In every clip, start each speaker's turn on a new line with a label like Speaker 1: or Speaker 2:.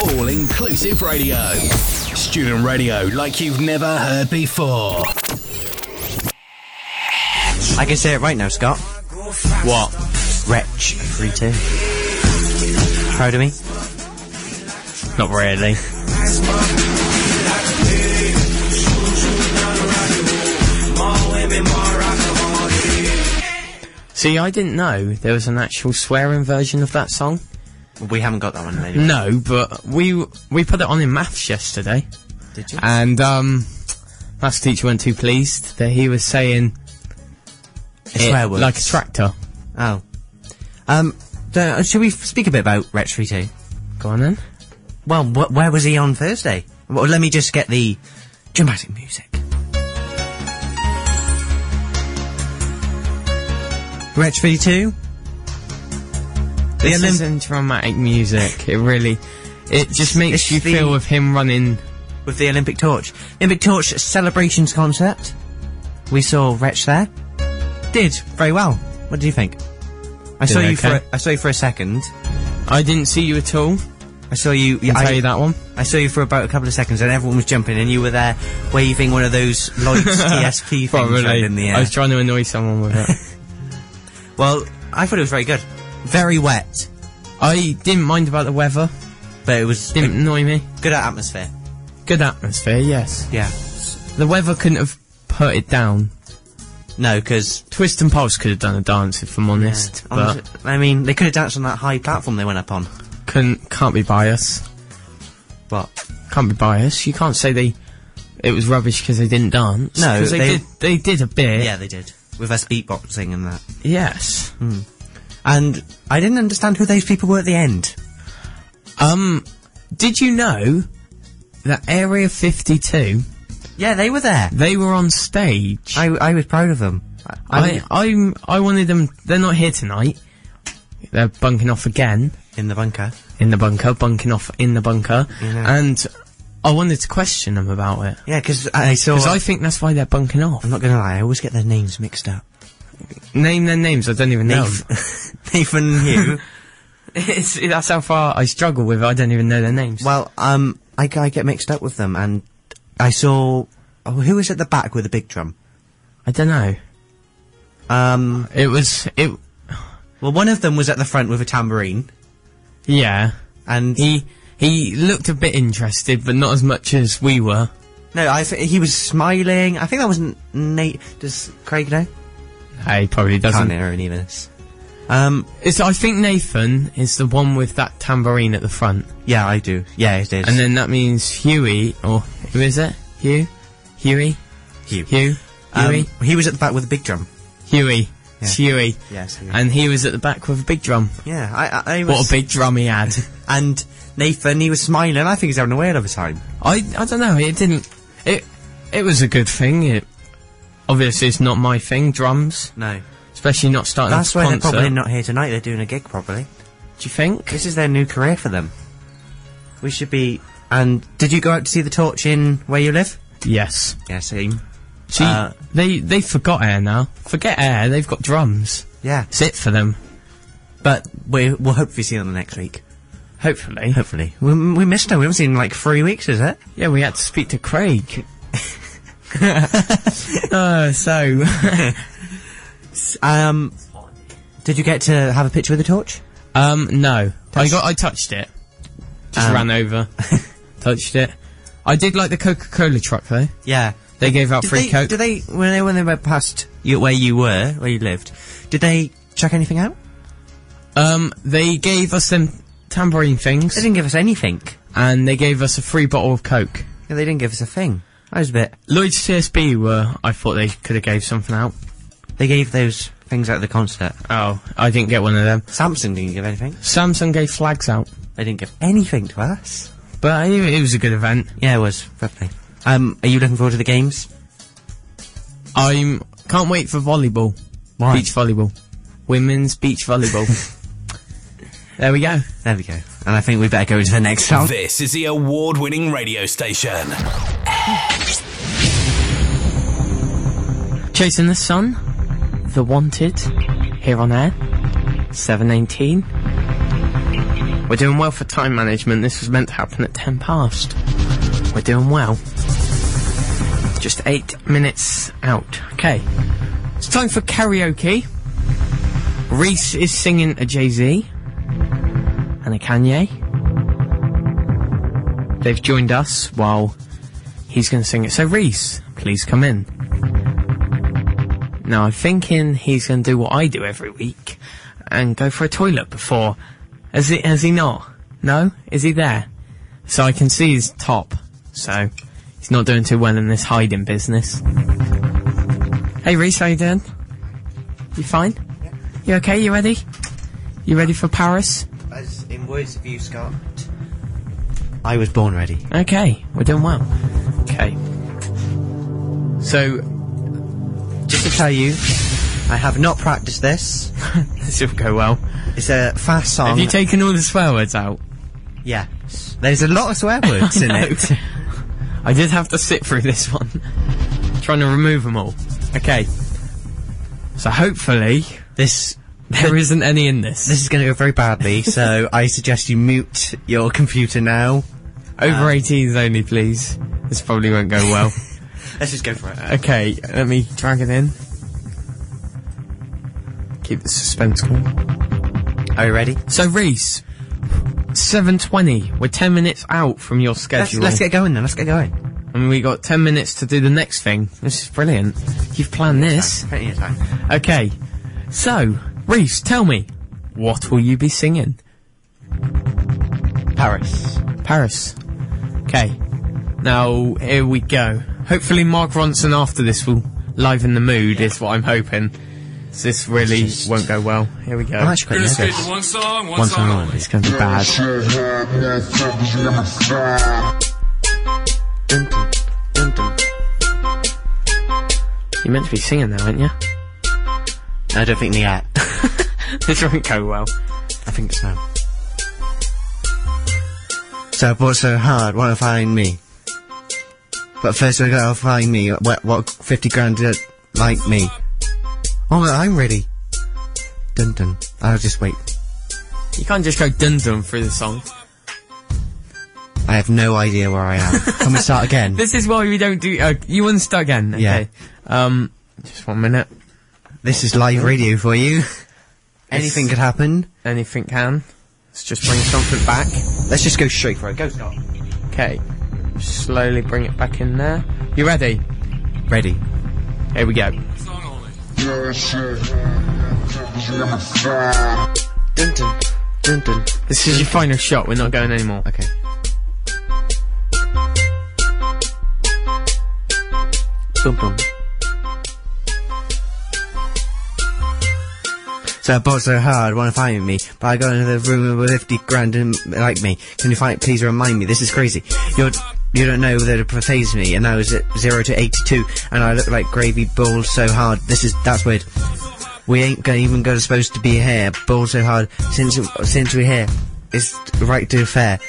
Speaker 1: all inclusive radio. Student radio like you've never heard before.
Speaker 2: I can say it right now, Scott.
Speaker 1: What?
Speaker 2: Wretch 3 2. Proud of me? Not really.
Speaker 3: See, I didn't know there was an actual swearing version of that song.
Speaker 2: We haven't got that one, lady.
Speaker 3: No, but we we put it on in maths yesterday,
Speaker 2: Did you?
Speaker 3: and um, maths teacher weren't too pleased that he was saying
Speaker 2: A swear
Speaker 3: it
Speaker 2: word.
Speaker 3: like a tractor.
Speaker 2: Oh. Um, the, should we f- speak a bit about Wretch 3 2?
Speaker 3: Go on then.
Speaker 2: Well, wh- where was he on Thursday? Well, let me just get the dramatic music. Wretch 32? The
Speaker 3: This
Speaker 2: Olymp-
Speaker 3: isn't dramatic music. It really, it just makes
Speaker 2: it's
Speaker 3: you
Speaker 2: the-
Speaker 3: feel with him running.
Speaker 2: with the Olympic Torch. Olympic Torch celebrations concept. We saw Wretch there. Did very well. What did you think? I saw you for
Speaker 3: okay.
Speaker 2: a, I saw you for a second.
Speaker 3: I didn't see you at all.
Speaker 2: I saw you.
Speaker 3: Can
Speaker 2: I,
Speaker 3: tell you that one.
Speaker 2: I saw you for about a couple of seconds, and everyone was jumping, and you were there waving one of those Lloyd's TSP things around in the air.
Speaker 3: I was trying to annoy someone with it.
Speaker 2: well, I thought it was very good. Very wet,
Speaker 3: I didn't mind about the weather.
Speaker 2: but it was
Speaker 3: Didn't annoy me.
Speaker 2: good atmosphere.
Speaker 3: Good atmosphere. Yes.
Speaker 2: Yeah.
Speaker 3: The weather couldn't have put it down.
Speaker 2: No, because
Speaker 3: Twist and Pulse could have done a dance if I'm honest, but
Speaker 2: I mean, they could have danced on that high platform they went up on.
Speaker 3: couldn't can't be biased.
Speaker 2: But
Speaker 3: Can't be biased. You can't say they it was rubbish because they didn't dance.
Speaker 2: No,
Speaker 3: 'Cause they,
Speaker 2: they-
Speaker 3: did. They did a bit.
Speaker 2: yeah, they did with us beatboxing and that.
Speaker 3: Yes.
Speaker 2: And I didn't understand who those people were at the end.
Speaker 3: Um, did you know that Area 52
Speaker 2: Yeah, they were there.
Speaker 3: they were on stage?
Speaker 2: I, I was proud of them.
Speaker 3: I, I'm, I wanted them. They're not here tonight. They're bunking off again
Speaker 2: in the bunker.
Speaker 3: in the bunker, bunking off in the bunker, and I wanted to question them about it
Speaker 2: Yeah, because I saw.
Speaker 3: because I think that's why they're bunking off.
Speaker 2: I'm not gonna lie, I always get their names mixed up.
Speaker 3: Name their names. I don't even know.
Speaker 2: Nathan, Nathan Hugh.
Speaker 3: it's, that's how far I struggle with. it. I don't even know their names.
Speaker 2: well, um, I, I get mixed up with them, and I saw. Oh, who was at the back with the big drum?
Speaker 3: I don't know.
Speaker 2: Um,
Speaker 3: It was it.
Speaker 2: well, one of them was at the front with a tambourine,
Speaker 3: Yeah,
Speaker 2: and
Speaker 3: he he looked a bit interested, but not as much as we were.
Speaker 2: no, I th- he was smiling. I think that wasn't Nate. Does Craig know?
Speaker 3: He probably
Speaker 2: Can't
Speaker 3: doesn't.
Speaker 2: hear any of this. Um,
Speaker 3: It's, I think Nathan is the one with that tambourine at the front.
Speaker 2: yeah, I do. Yeah, it is.
Speaker 3: And then that means Huey, or who is it? Hugh? Huey?
Speaker 2: Hugh.
Speaker 3: Hugh?
Speaker 2: Um,
Speaker 3: Huey?
Speaker 2: he was at the back with a big drum.
Speaker 3: Huey. It's Huey.
Speaker 2: Yes, Huey.
Speaker 3: And he was at the back with a big drum.
Speaker 2: Yeah, I, I, I was.
Speaker 3: What a big drum he had.
Speaker 2: And Nathan, he was smiling. I think he's having a whale of a time.
Speaker 3: I, I don't know, it didn't, it, it was a good thing. It, obviously it's not my thing, drums.
Speaker 2: No,
Speaker 3: Especially not starting
Speaker 2: that's
Speaker 3: a
Speaker 2: why they're
Speaker 3: concert.
Speaker 2: probably not here tonight. They're doing a gig probably.
Speaker 3: Do you think?
Speaker 2: This is their new career for them. We should be. And did you go out to see the torch in where you live?
Speaker 3: Yes.
Speaker 2: Yeah, same.
Speaker 3: See,
Speaker 2: Uh,
Speaker 3: they, they forgot air now. Forget air, they've got drums.
Speaker 2: Yeah,
Speaker 3: It's it for them.
Speaker 2: but we, we'll hopefully see them next week.
Speaker 3: Hopefully.
Speaker 2: Hopefully, we, we missed them. We haven't seen them in like three weeks, is it?
Speaker 3: Yeah, we had to speak to Craig. uh, so
Speaker 2: Um, did you get to have a picture with the torch?
Speaker 3: um no. I got I touched it. Just
Speaker 2: Um.
Speaker 3: ran over. touched it. I did like the Coca Cola truck though.
Speaker 2: Yeah.
Speaker 3: They gave out
Speaker 2: Did
Speaker 3: free
Speaker 2: they,
Speaker 3: Coke.
Speaker 2: did they when they when they went past you, where you were, where you lived? Did they chuck anything out?
Speaker 3: um they gave us them tambourine
Speaker 2: They
Speaker 3: things
Speaker 2: didn't give us anything.
Speaker 3: and they gave us a free bottle of Coke.
Speaker 2: Yeah, they didn't give us a thing. I was a bit.
Speaker 3: Lloyd's CSB were I thought they could have gave something out.
Speaker 2: They gave those things out of the concert.
Speaker 3: Oh, I didn't get one of them.
Speaker 2: Samsung didn't give anything.
Speaker 3: Samsung gave flags out.
Speaker 2: They didn't give anything to us.
Speaker 3: But it, it was a good event.
Speaker 2: Yeah, it was lovely. Um, are you looking forward to the games?
Speaker 3: I'm can't wait for volleyball.
Speaker 2: Why?
Speaker 3: Beach volleyball. Women's beach volleyball. there we go.
Speaker 2: There we go. And I think we better go into the next song.
Speaker 1: This is the award winning radio station.
Speaker 3: Chasing the Sun, The Wanted, here on air, 718. We're doing well for time management. This was meant to happen at 10 past. We're doing well. Just eight minutes out. Okay. It's time for karaoke. Reese is singing a Jay Z and a Kanye. They've joined us while he's going to sing it. So, Reese, please come in. Now, I'm thinking he's going to do what I do every week and go for a toilet before. Has he, has he not? No? Is he there? So I can see his top. So he's not doing too well in this hiding business. Hey Reese, how you doing? You fine? You okay? You ready? You ready for Paris?
Speaker 2: As in words of you, Scott. I was born ready.
Speaker 3: Okay, we're doing well. Okay. So
Speaker 2: Just to tell you, I have not practiced this.
Speaker 3: this will go well.
Speaker 2: It's a fast song.
Speaker 3: Have you taken all the swear words out?
Speaker 2: yeah. There's a lot of swear words in it.
Speaker 3: I did have to sit through this one, trying to remove them all. Okay. So hopefully
Speaker 2: This
Speaker 3: there isn't any in this.
Speaker 2: this is going to go very badly, so I suggest you mute your computer now.
Speaker 3: Over 18s only, please. This probably won't go well.
Speaker 2: Let's just go for it.
Speaker 3: okay, let me drag it in. Keep the suspense going.
Speaker 2: Are you ready?
Speaker 3: So Reese, 7:20. We're 10 minutes out from your
Speaker 2: Let's,
Speaker 3: schedule.
Speaker 2: let's get going then. Let's get going.
Speaker 3: and we got 10 minutes to do the next thing. This is brilliant. You've planned this.
Speaker 2: Plenty of time.
Speaker 3: Okay. So, Reese, tell me, what will you be singing?
Speaker 2: Paris.
Speaker 3: Paris. Okay. Now, here we go. Hopefully, Mark Ronson after this will liven the mood, is what I'm hoping. So this really
Speaker 2: Just-
Speaker 3: won't go well. Here we go.
Speaker 2: I'm actually quite
Speaker 4: Just
Speaker 2: nervous.
Speaker 4: get one song, one,
Speaker 3: One
Speaker 4: song
Speaker 3: time
Speaker 4: only.
Speaker 3: only. It's going to be bad. You're meant to be singing now, aren't you?
Speaker 2: I don't think the app.
Speaker 3: this won't go well.
Speaker 2: I think so. So I bought so hard, wanna find me? But first I gotta find me, what, what 50 grand did like me? Oh, well, I'm ready. Dun dun. I'll just wait.
Speaker 3: You can't just go dun dun through the song.
Speaker 2: I have no idea where I am. Can we start again?
Speaker 3: This is why we don't do. Uh, you want to start again? Okay.
Speaker 2: Yeah.
Speaker 3: Um, just one minute.
Speaker 2: This is live radio for you. Anything could happen.
Speaker 3: Anything can. Let's just bring something back.
Speaker 2: Let's just go straight for it. Go, Scott.
Speaker 3: Okay. Slowly bring it back in there. You ready?
Speaker 2: Ready.
Speaker 3: Here we go.
Speaker 4: One song only.
Speaker 2: Dun dun. Dun dun.
Speaker 3: This is your final shot. We're not going anymore.
Speaker 2: Okay. Bum bum. So I bought so hard, wanna find me, but I got into the room with 50 grand and like me. Can you find, please remind me, this is crazy. You're, you don't know that it phased me, and I was at 0 to 82, and I look like gravy balls so hard, this is, that's weird. We ain't gonna even go supposed to be here, ball so hard, since, since we're here, it's right to fair.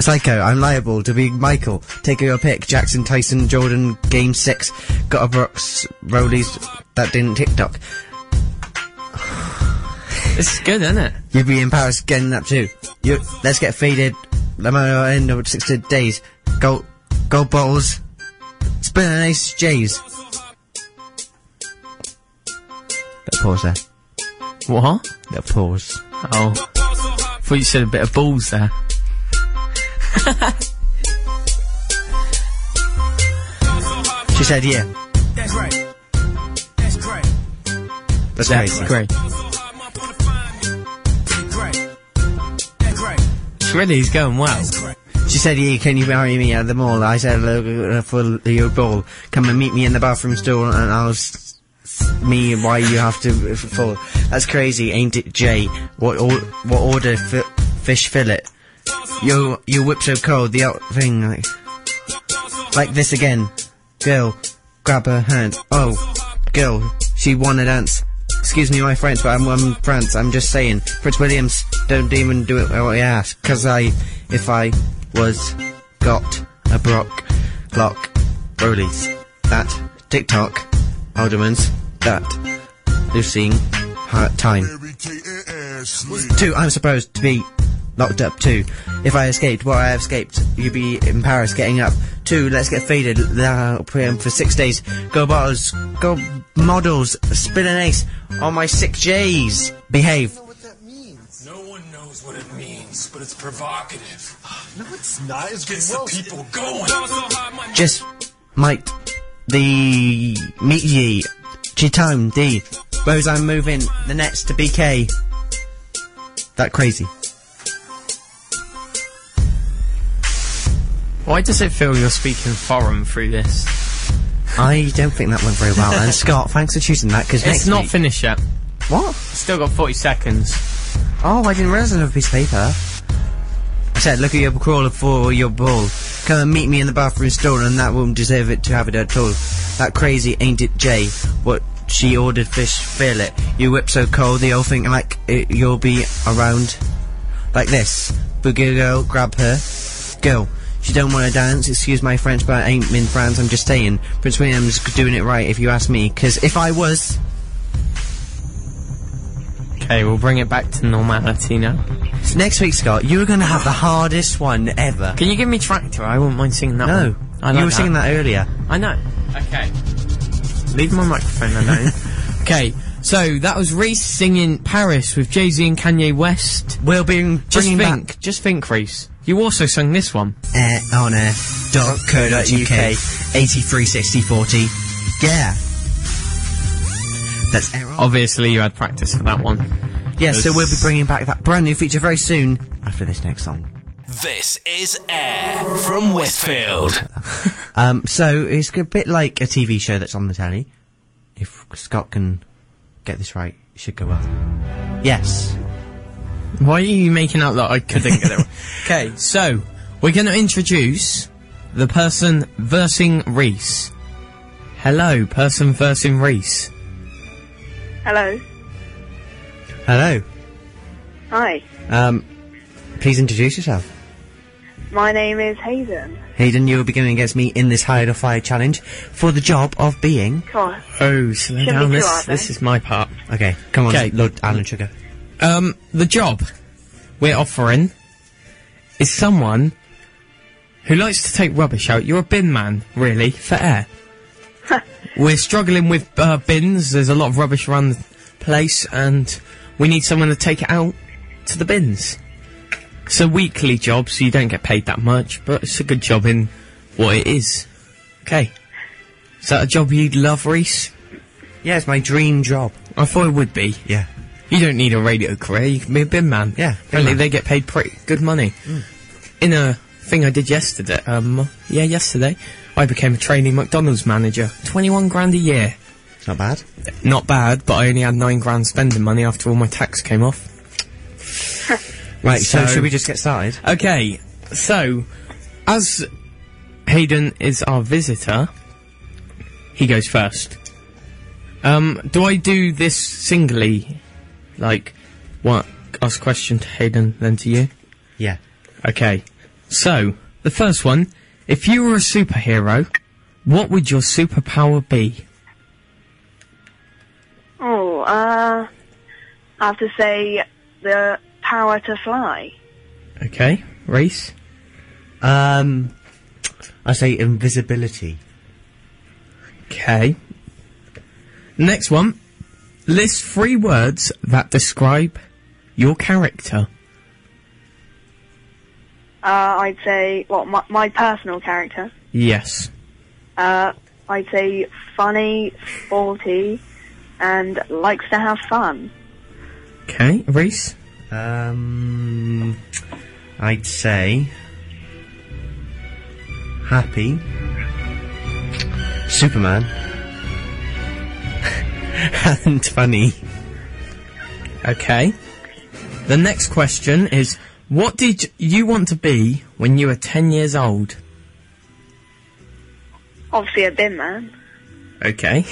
Speaker 2: Psycho, I'm liable to be Michael. Take your pick. Jackson, Tyson, Jordan, Game 6. Got a Brooks, Rollies, that didn't TikTok.
Speaker 3: This is good, isn't it?
Speaker 2: You'd be in Paris getting that too. You, let's get faded. Let me know end of 60 days. Gold, gold bottles. Spin and ace J's. Little pause there.
Speaker 3: What?
Speaker 2: Little pause.
Speaker 3: Oh. Thought you said a bit of balls there.
Speaker 2: She said, yeah.
Speaker 5: That's right. That's great.
Speaker 2: That's,
Speaker 3: That's
Speaker 2: crazy.
Speaker 3: great.
Speaker 5: That's great. That's great.
Speaker 3: Really, he's going well.
Speaker 2: She said, yeah, can you marry me at the mall? I said, look, uh, for your ball. Come and meet me in the bathroom stall and I'll s- s- me why you have to uh, f- fall. That's crazy, ain't it, Jay? What, or, what order f- fish fillet? Your, your whip so cold, the out thing, like, like this again. Girl, grab her hand. Oh, girl, she wanna dance. Excuse me, my French, but I'm from France. I'm just saying, Prince Williams, don't even do it what I ask, 'cause I, if I was got a Brock, Glock, Rollies, that TikTok, Alderman's, that Lucine, heart time. Two, I'm supposed to be Locked up. Two, if I escaped, what I have escaped, you'd be in Paris getting up. Two, let's get faded. I'll put him for six days. Go bottles, go models, spin an ace on my six J's. Behave.
Speaker 4: what that means.
Speaker 6: No one knows what it means, but it's provocative.
Speaker 4: No, it's not. It's
Speaker 6: Gets the
Speaker 4: gross.
Speaker 6: people going.
Speaker 2: Just might the meet ye. Chitone D. Rose, I'm moving the nets to BK. That crazy.
Speaker 3: Why does it feel you're speaking foreign through this?
Speaker 2: I don't think that went very well. And Scott, thanks for choosing that because
Speaker 3: it's not finished yet.
Speaker 2: what?
Speaker 3: Still got 40 seconds.
Speaker 2: Oh, I didn't realise I had a piece of paper. I said, look at your crawler for your ball. Come and meet me in the bathroom stall, and that won't deserve it to have it at all. That crazy ain't it, Jay? What she ordered fish fillet. You whip so cold, the old thing like it, you'll be around. Like this. Boogie girl, grab her. Girl, she don't want to dance. Excuse my French, but I ain't in France. I'm just saying. Prince William's doing it right, if you ask me. Because if I was,
Speaker 3: Okay, we'll bring it back to normality now.
Speaker 2: Next week, Scott, you were going to have the hardest one ever.
Speaker 3: Can you give me Tractor? I wouldn't mind singing that
Speaker 2: No,
Speaker 3: one. Oh, I like
Speaker 2: you were singing that earlier.
Speaker 3: I know. Okay. Leave my microphone alone. okay, so that was Reese singing Paris with Jay Z and Kanye West.
Speaker 2: We'll be bringing
Speaker 3: Just
Speaker 2: back
Speaker 3: think, just think, Reese. You also sung this one.
Speaker 2: air on air dot co dot uk eighty three sixty forty. Yeah, that's air on.
Speaker 3: Obviously, you had practice for that one.
Speaker 2: Yeah, so we'll be bringing back that brand new feature very soon after this next song.
Speaker 1: This is Air from Westfield.
Speaker 2: Um, so it's a bit like a TV show that's on the telly. If Scott can get this right, it should go well. Yes.
Speaker 3: Why are you making out that I couldn't get it? Okay, so we're going to introduce the person versing Reese. Hello, person versing Reese.
Speaker 7: Hello.
Speaker 2: Hello.
Speaker 7: Hi.
Speaker 2: Um, please introduce yourself.
Speaker 7: My name is Hazen.
Speaker 2: Hayden, you will be going against me in this hide or fire challenge for the job of being.
Speaker 7: Come on.
Speaker 3: Oh, slow
Speaker 7: Shouldn't
Speaker 3: down.
Speaker 7: be too
Speaker 3: This,
Speaker 7: hard,
Speaker 3: this
Speaker 7: though.
Speaker 3: is my part.
Speaker 2: Okay, come on,
Speaker 3: Okay.
Speaker 2: Lord Alan Sugar.
Speaker 3: Um, the job we're offering is someone who likes to take rubbish out. You're a bin man, really, for air. we're struggling with uh, bins. There's a lot of rubbish around the place, and we need someone to take it out to the bins. It's a weekly job, so you don't get paid that much, but it's a good job in what it is. Okay. Is that a job you'd love, Reese?
Speaker 2: Yeah, it's my dream job.
Speaker 3: I thought it would be.
Speaker 2: Yeah.
Speaker 3: You don't need a radio career. You can be a bin man.
Speaker 2: Yeah, bin
Speaker 3: apparently
Speaker 2: man. Mm.
Speaker 3: they get paid pretty good money. In a thing I did yesterday, um, yeah, yesterday, I became a trainee McDonald's manager. Twenty-one grand a year.
Speaker 2: It's not bad.
Speaker 3: Not bad, but I only had nine grand spending money after all my tax came off.
Speaker 2: Right, so,
Speaker 3: So-
Speaker 2: should we just get started?
Speaker 3: Okay, so as Hayden is our visitor, he goes first. Um, do I do this singly, like what? Ask question to Hayden, then to you.
Speaker 2: Yeah.
Speaker 3: Okay. So, the first one. If you were a superhero, what would your superpower be?
Speaker 7: Oh, uh, I have to say the power to fly.
Speaker 3: Okay, Reese?
Speaker 2: Um, I say invisibility.
Speaker 3: Okay. Next one. List three words that describe your character.
Speaker 7: Uh, I'd say, well, my, my personal character.
Speaker 3: Yes.
Speaker 7: Uh, I'd say funny, sporty, and likes to have fun.
Speaker 3: Okay, Reese?
Speaker 2: Um, I'd say happy. Superman. and funny.
Speaker 3: Okay. The next question is What did you want to be when you were 10 years old?
Speaker 7: Obviously a bin man.
Speaker 3: Okay.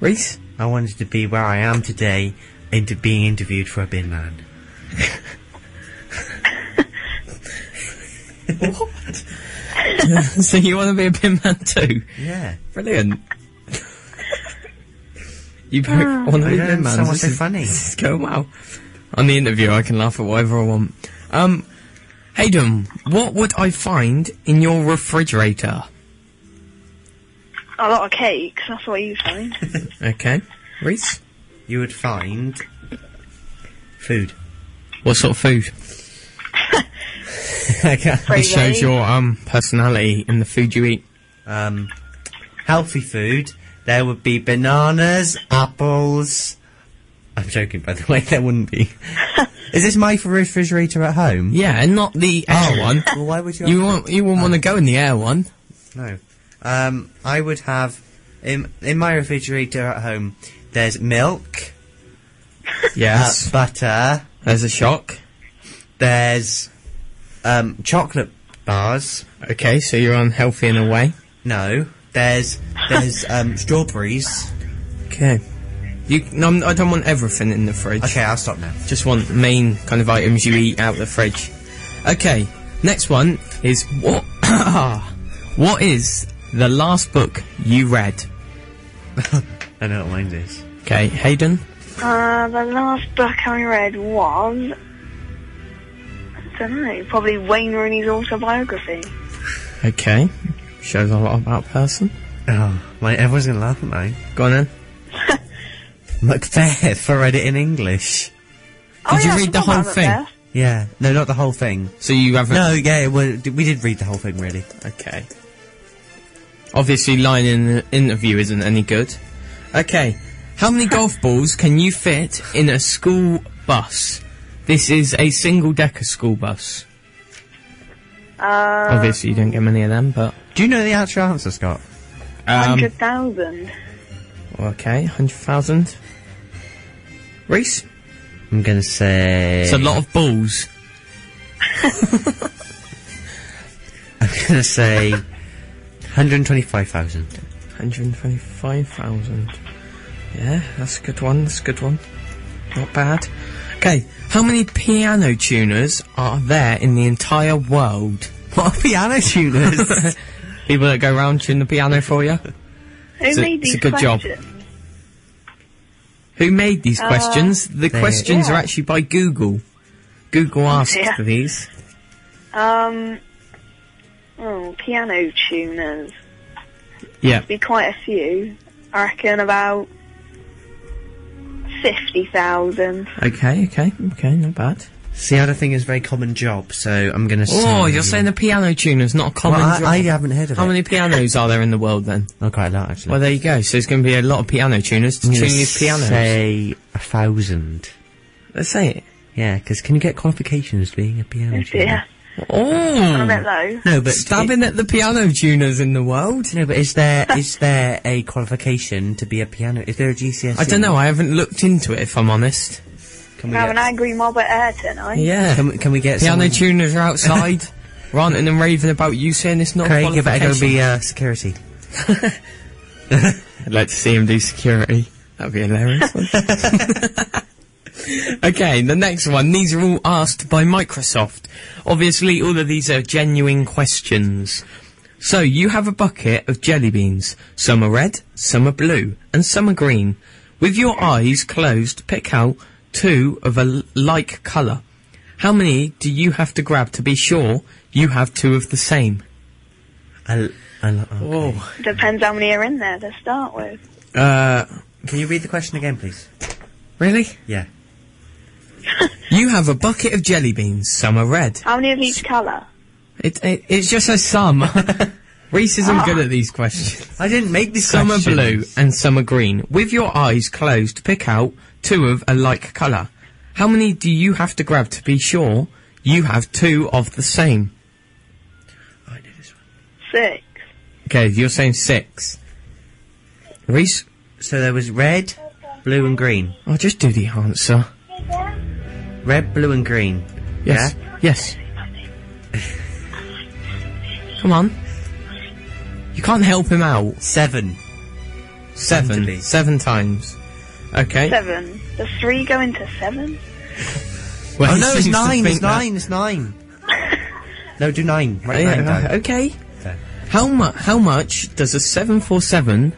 Speaker 3: Reese?
Speaker 2: I wanted to be where I am today, into being interviewed for a bin man.
Speaker 3: so you want to be a bin man too?
Speaker 2: Yeah.
Speaker 3: Brilliant. you both want to
Speaker 2: I
Speaker 3: be
Speaker 2: don't understand
Speaker 3: bin man.
Speaker 2: what's
Speaker 3: This
Speaker 2: so
Speaker 3: is-
Speaker 2: funny.
Speaker 3: This is going well. On the interview, I can laugh at whatever I want. Um, Hayden, what would I find in your refrigerator?
Speaker 7: A lot of cakes, that's what you find.
Speaker 3: Okay. Reese?
Speaker 2: You would find food.
Speaker 3: What sort of food?
Speaker 2: Okay.
Speaker 3: It
Speaker 7: Pretty
Speaker 3: shows
Speaker 7: vague.
Speaker 3: your um personality in the food you eat.
Speaker 2: um, healthy food, there would be bananas, apples. I'm joking, by the way, there wouldn't be. Is this my refrigerator at home?
Speaker 3: Yeah, and not the air one.
Speaker 2: Well, why would you?
Speaker 3: You won't you won't want to go in the air one.
Speaker 2: No. Um, I would have in in my refrigerator at home. There's milk, uh,
Speaker 3: Yes.
Speaker 2: butter.
Speaker 3: There's a shock.
Speaker 2: There's um, chocolate bars.
Speaker 3: Okay, so you're unhealthy in a way.
Speaker 2: No. There's there's um, strawberries.
Speaker 3: Okay. You no, I'm- I don't want everything in the fridge.
Speaker 2: Okay, I'll stop now.
Speaker 3: Just want the main kind of items you eat out the fridge. Okay. Next one is what What is the last book you read?
Speaker 2: I know what mine is.
Speaker 3: Okay, Hayden.
Speaker 7: Uh, the last book I read was. I don't know, probably Wayne Rooney's autobiography.
Speaker 3: Okay. Shows a lot about a person.
Speaker 2: Oh, my, everyone's gonna laugh at mine.
Speaker 3: Go on then.
Speaker 2: Macbeth. I read it in English.
Speaker 7: oh,
Speaker 3: Did you
Speaker 7: yeah, I
Speaker 3: read the
Speaker 7: forgot
Speaker 3: whole
Speaker 7: about
Speaker 3: thing?
Speaker 7: that.
Speaker 2: Yeah. No, not the whole thing.
Speaker 3: So you haven't
Speaker 2: No, yeah, well, d- we did read the whole thing, really.
Speaker 3: Okay. Obviously, lying in an interview isn't any good. Okay. How many golf balls can you fit in a school bus? This is a single decker school bus.
Speaker 7: Uh,
Speaker 3: Obviously, you don't get many of them, but.
Speaker 2: Do you know the actual answer, Scott?
Speaker 3: Um,
Speaker 7: 100,000.
Speaker 3: okay, 100,000. Reese?
Speaker 2: I'm gonna say.
Speaker 3: It's a lot of balls.
Speaker 2: I'm gonna say. 125,000.
Speaker 3: 125,000. Yeah, that's a good one, that's a good one. Not bad. Okay, how many piano tuners are there in the entire world?
Speaker 2: What are piano tuners?
Speaker 3: People that go round tune the piano for you.
Speaker 7: Who
Speaker 3: It's a-
Speaker 7: made
Speaker 3: it's a
Speaker 7: these
Speaker 3: good job.
Speaker 7: questions?
Speaker 3: Who made
Speaker 2: Uh,
Speaker 3: these questions? The questions are actually by Google. Google
Speaker 2: Oh,
Speaker 3: asked
Speaker 7: dear.
Speaker 3: for these.
Speaker 7: Um, oh, piano tuners.
Speaker 3: Yeah.
Speaker 7: Be quite a few. I reckon about fifty thousand.
Speaker 3: Okay. Okay. Okay. Not bad.
Speaker 2: See, I don't think it's a very common job, so I'm gonna say.
Speaker 3: Oh, you're saying the piano tuner's not a common.
Speaker 2: Well,
Speaker 3: job.
Speaker 2: I, I haven't heard of
Speaker 3: How
Speaker 2: it.
Speaker 3: many pianos are there in the world then?
Speaker 2: Not Oh, quite a lot, actually.
Speaker 3: Well, there you go. So there's going to be a lot of piano tuners to
Speaker 2: I'm gonna
Speaker 3: tune these pianos.
Speaker 2: say a thousand.
Speaker 3: Let's say it.
Speaker 2: Yeah, because can you get qualifications being a piano tuner?
Speaker 7: Yeah, a bit
Speaker 3: Oh,
Speaker 7: low.
Speaker 2: No, but
Speaker 3: stabbing at the piano tuners in the world.
Speaker 2: No, but is there is there a qualification to be a piano? Is there a GCSE?
Speaker 3: I don't know. I haven't looked into it. If I'm honest.
Speaker 2: E? Can
Speaker 7: We have an angry mob at air tonight.
Speaker 3: Yeah.
Speaker 2: Can, we- can we get
Speaker 3: Piano
Speaker 2: someone?
Speaker 3: tuners are outside, ranting and raving about you saying it's not
Speaker 2: Craig, you
Speaker 3: a
Speaker 2: better go
Speaker 3: qualification.
Speaker 2: be uh, security.
Speaker 3: I'd like to see him do security. That'd be hilarious. okay, the next one. These are all asked by Microsoft. Obviously, all of these are genuine questions. So, you have a bucket of jelly beans. Some are red, some are blue, and some are green. With your eyes closed, pick out two of a l- like colour. How many do you have to grab to be sure you have two of the same?
Speaker 2: I, I, lo- oh.
Speaker 3: Oh,
Speaker 7: Depends how many are in there to start with.
Speaker 3: uh,
Speaker 2: Can you read the question again, please?
Speaker 3: really?
Speaker 2: Yeah.
Speaker 3: You have a bucket of jelly beans. Some are red.
Speaker 7: How many of each colour?
Speaker 3: It, it it's just a sum. Reese isn't good at these questions.
Speaker 2: I didn't make this.
Speaker 3: Some are blue and some are green. With your eyes closed, pick out two of a like colour. How many do you have to grab to be sure you have two of the same?
Speaker 2: I know this one.
Speaker 7: Six.
Speaker 3: Okay, you're saying six. Reese,
Speaker 2: So there was red, blue, and green.
Speaker 3: I'll just do the answer.
Speaker 2: Red, blue, and green.
Speaker 3: Yes.
Speaker 2: Yeah?
Speaker 3: Yes. Come on. You can't help him out.
Speaker 2: Seven. Seven to
Speaker 3: Seven.
Speaker 2: be.
Speaker 3: Seven times. Okay.
Speaker 7: Seven. Does three go into seven?
Speaker 3: Well,
Speaker 2: Oh
Speaker 3: he
Speaker 2: no, it's
Speaker 3: seems to
Speaker 2: nine.
Speaker 3: think
Speaker 2: It's
Speaker 3: that-
Speaker 2: nine. It's nine. no, do nine.
Speaker 3: Oh,
Speaker 2: Right,
Speaker 3: yeah,
Speaker 2: nine down.
Speaker 3: right, okay.
Speaker 2: Okay.
Speaker 3: How much? How much does a seven four seven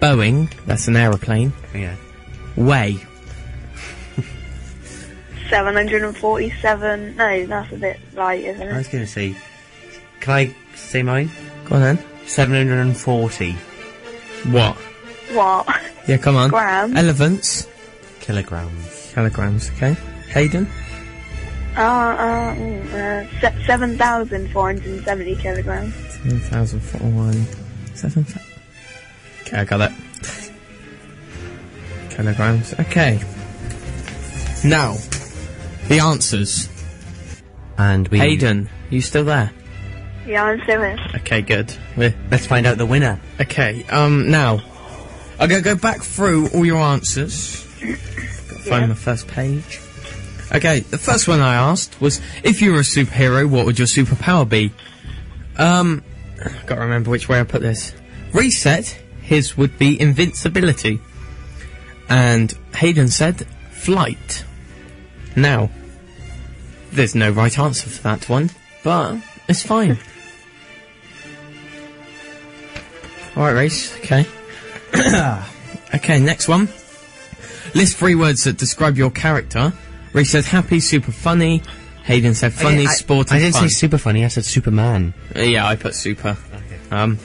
Speaker 3: Boeing? That's an aeroplane.
Speaker 2: Yeah.
Speaker 3: Weigh.
Speaker 7: 747. No, that's a bit light, isn't
Speaker 2: I
Speaker 7: it?
Speaker 2: was going to say, can I say mine?
Speaker 3: Go on then.
Speaker 2: 740
Speaker 3: What?
Speaker 7: What?
Speaker 3: Yeah, come on.
Speaker 7: Grams.
Speaker 3: Elephants.
Speaker 2: kilograms.
Speaker 3: Kilograms, okay. Hayden.
Speaker 7: Uh, uh, mm, uh, se- 7,470 kilograms.
Speaker 3: 1041. 7. Okay, I got it. Kilograms. Okay. Now, the answers.
Speaker 2: And we.
Speaker 3: Hayden, you still there?
Speaker 7: Yeah, I'm serious.
Speaker 3: Okay, good. We're
Speaker 2: Let's find out the winner.
Speaker 3: Okay, um, now. I'm gonna go back through all your answers. Gotta find
Speaker 7: Yeah.
Speaker 3: the first page. Okay, the first one I asked was if you were a superhero, what would your superpower be? Um, gotta remember which way I put this. Reset, his would be invincibility. And Hayden said flight. Now, there's no right answer for that one, but it's fine. Alright, race. Okay. okay, next one. List three words that describe your character. Reese said happy, super funny. Hayden said funny,
Speaker 2: I-
Speaker 3: sporty,
Speaker 2: I didn't
Speaker 3: fun.
Speaker 2: say super funny, I said Superman.
Speaker 3: Uh, Yeah, I put super. Um,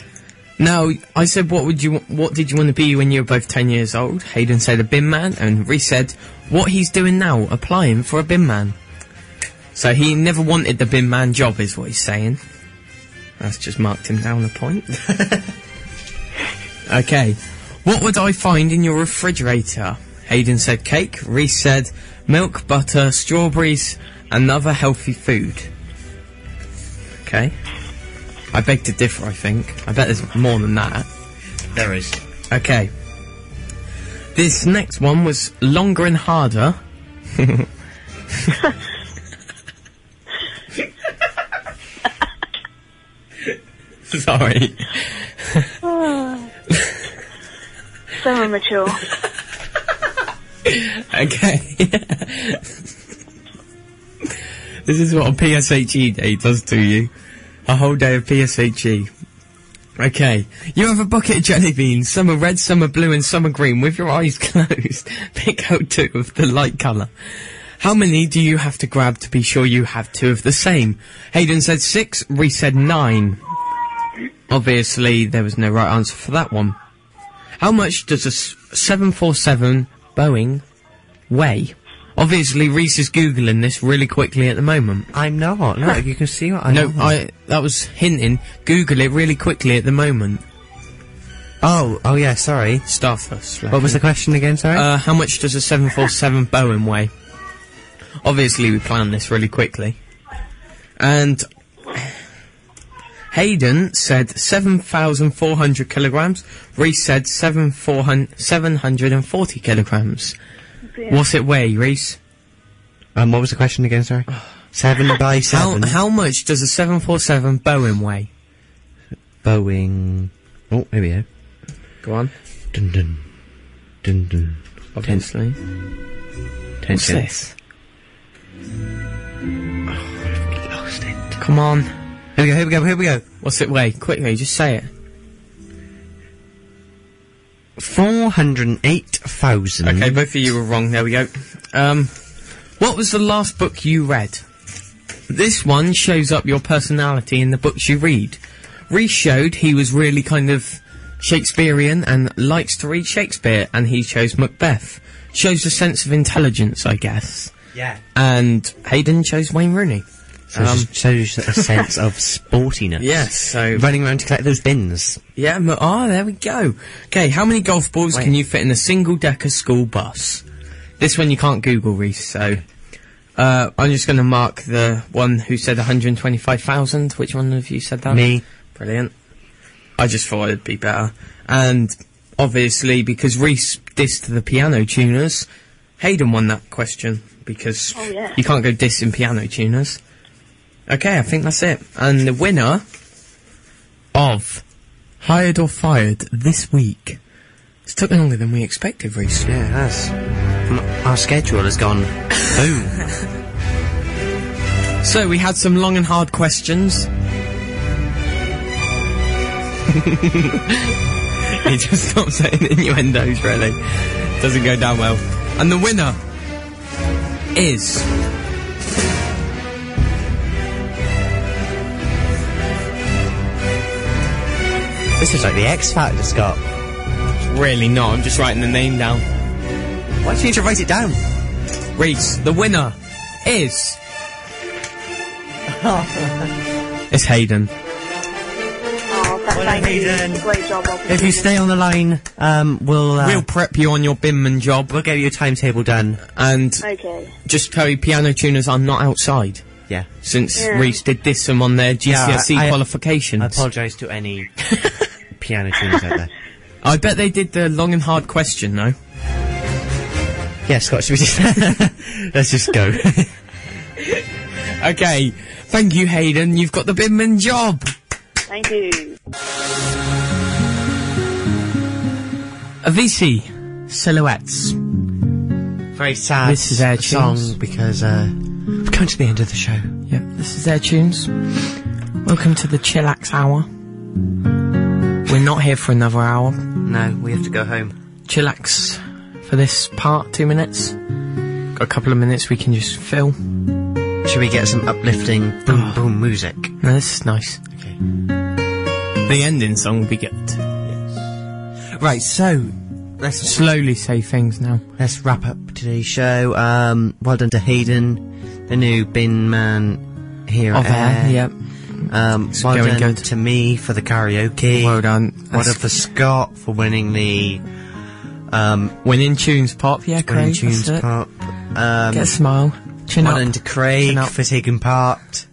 Speaker 3: now I said, what would you? What did you want to be when you were both ten years old? Hayden said a bin man, and Reese said what he's doing now, applying for a bin man. So he never wanted the bin man job, is what he's saying. That's just marked him down a point. okay, what would I find in your refrigerator? Hayden said cake. Reese said milk, butter, strawberries, and other healthy food. Okay. I beg to differ, I think. I bet there's more than that.
Speaker 2: There is.
Speaker 3: Okay. This next one was longer and harder. Sorry.
Speaker 7: So immature.
Speaker 3: Okay. this is what a PSHE E day does to you. A whole day of PSHE. E. Okay. You have a bucket of jelly beans. Some are red, some are blue, and some are green. With your eyes closed, pick out two of the light colour. How many do you have to grab to be sure you have two of the same? Hayden said six, Reese said nine. Obviously, there was no right answer for that one. How much does a s- 747 Boeing weigh? Obviously, Reese is googling this really quickly at the moment.
Speaker 2: I'm not. Look, you can see what Ah. I
Speaker 3: No,
Speaker 2: am.
Speaker 3: I that was hinting. Google it really quickly at the moment.
Speaker 2: Oh, oh yeah, sorry.
Speaker 3: Starfus.
Speaker 2: What was the question again, sorry?
Speaker 3: Uh, how much does a 747 Boeing weigh? Obviously, we planned this really quickly. And Hayden said 7,400 kilograms. Reese said 7,440 kilograms. What's it weigh, Reese?
Speaker 2: um, what was the question again, sorry? seven by
Speaker 3: How,
Speaker 2: seven.
Speaker 3: how much does a 747 Boeing weigh?
Speaker 2: Boeing. Oh, here we go.
Speaker 3: Go on.
Speaker 2: Dun dun. Dun dun.
Speaker 3: Obviously.
Speaker 2: Ten
Speaker 3: What's
Speaker 2: seconds.
Speaker 3: this? Come on.
Speaker 2: Here we go, here we go, here we go.
Speaker 3: What's it weigh? Quickly, just say it.
Speaker 2: 408,000.
Speaker 3: Okay, both of you were wrong. There we go. Um, what was the last book you read? This one shows up your personality in the books you read. Reese showed he was really kind of Shakespearean and likes to read Shakespeare, and he chose Macbeth. Shows a sense of intelligence, I guess.
Speaker 2: Yeah.
Speaker 3: And Hayden chose Wayne Rooney.
Speaker 2: So
Speaker 3: Um,
Speaker 2: just shows a sense of sportiness.
Speaker 3: Yes, so
Speaker 2: Running around to collect those bins.
Speaker 3: yeah, m- ah, there we go. Okay, how many golf balls can
Speaker 2: Wait.
Speaker 3: you fit in a single decker school bus? This one you can't Google, Reese. So uh, I'm just going to mark the one who said 125,000. Which one of you said that?
Speaker 2: Me.
Speaker 3: Brilliant. I just thought it'd be better. And obviously, because Reese dissed the piano tuners, Hayden won that question because
Speaker 7: Oh, yeah.
Speaker 3: you can't go dissing piano tuners. Okay, I think that's it. And the winner of Hired or Fired this week. It's took longer than we expected, Reese.
Speaker 2: Yeah, it has. M- Our schedule has gone boom.
Speaker 3: So we had some long and hard questions. he just stopped saying innuendos, really. Doesn't go down well. And the winner is.
Speaker 2: This is like the X Factor, Scott.
Speaker 3: Really not, I'm just writing the name down.
Speaker 2: Why don't you just write it down?
Speaker 3: Reese, the winner is. it's Hayden.
Speaker 7: Oh, that,
Speaker 2: Well,
Speaker 7: thank
Speaker 2: Hayden.
Speaker 7: you. Great job, Rob.
Speaker 2: If you stay on the line, um, we'll uh,
Speaker 3: We'll prep you on your Binman job,
Speaker 2: we'll get your timetable done.
Speaker 3: and
Speaker 7: Okay.
Speaker 3: just play piano tuners I'm not outside.
Speaker 2: Yeah.
Speaker 3: Since
Speaker 7: Yeah.
Speaker 3: Reese did this some on their GCSE
Speaker 2: I- I-
Speaker 3: qualifications.
Speaker 2: I apologise to any piano tuners out there.
Speaker 3: I bet they did the long and hard question though.
Speaker 2: Yeah, Scott, should we just let's just go?
Speaker 3: Okay, thank you, Hayden. You've got the Binman job.
Speaker 7: Thank you.
Speaker 3: VC silhouettes.
Speaker 2: Very sad.
Speaker 3: This is our tunes.
Speaker 2: song because uh, we've come to the end of the show.
Speaker 3: Yep, this is their tunes. Welcome to the Chillax Hour. We're not here for another hour.
Speaker 2: No, we have to go home.
Speaker 3: Chillax for this part, two minutes. Got a couple of minutes we can just fill.
Speaker 2: Should we get some uplifting boom boom music?
Speaker 3: No, this is nice.
Speaker 2: Okay.
Speaker 3: The ending song will be good.
Speaker 2: Right, so let's
Speaker 3: Slowly say things now.
Speaker 2: let's wrap up today's show. Um, well done to Hayden, the new bin man here.
Speaker 3: Oh,
Speaker 2: at
Speaker 3: there.
Speaker 2: Air.
Speaker 3: Yep.
Speaker 2: Um, well
Speaker 3: going
Speaker 2: done
Speaker 3: good.
Speaker 2: to me for the karaoke.
Speaker 3: Well done.
Speaker 2: Well done
Speaker 3: That's
Speaker 2: for Scott for winning the um,
Speaker 3: winning tunes pop. Yeah,
Speaker 2: winning
Speaker 3: Craig.
Speaker 2: tunes
Speaker 3: that's it.
Speaker 2: pop. Um,
Speaker 3: Get a smile. Chin
Speaker 2: well
Speaker 3: up.
Speaker 2: done to Craig
Speaker 3: Chin up.
Speaker 2: for taking part.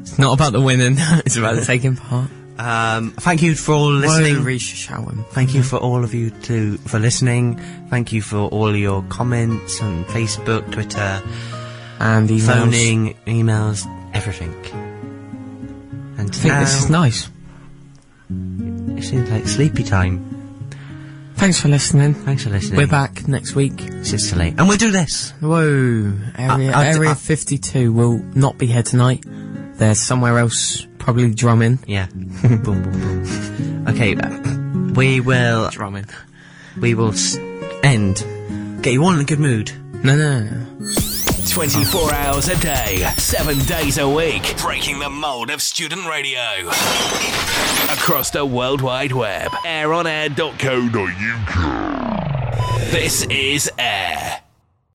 Speaker 3: It's not about the winning. it's about the taking part.
Speaker 2: Um, thank you for all
Speaker 3: Word,
Speaker 2: listening.
Speaker 3: Reece Showen.
Speaker 2: Thank you for all of you to for listening. Thank you for all your comments on Facebook, Twitter,
Speaker 3: And emails.
Speaker 2: phoning, emails, everything. And
Speaker 3: I think
Speaker 2: now,
Speaker 3: this is nice.
Speaker 2: it seems like sleepy time.
Speaker 3: Thanks for listening.
Speaker 2: Thanks for listening.
Speaker 3: We're back next week.
Speaker 2: It's just late, and we'll do this.
Speaker 3: Whoa. Area,
Speaker 2: I- I-
Speaker 3: Area
Speaker 2: I-
Speaker 3: 52 will not be here tonight. They're somewhere else, probably drumming.
Speaker 2: Yeah. boom, boom, boom. Okay, uh, we will.
Speaker 3: Drumming.
Speaker 2: We will s- end. Get you all in a good mood.
Speaker 3: No, no, no.
Speaker 1: 24 hours a day, 7 days a week, breaking the mold of student radio. Across the World Wide Web, aironair.co.uk. This is Air.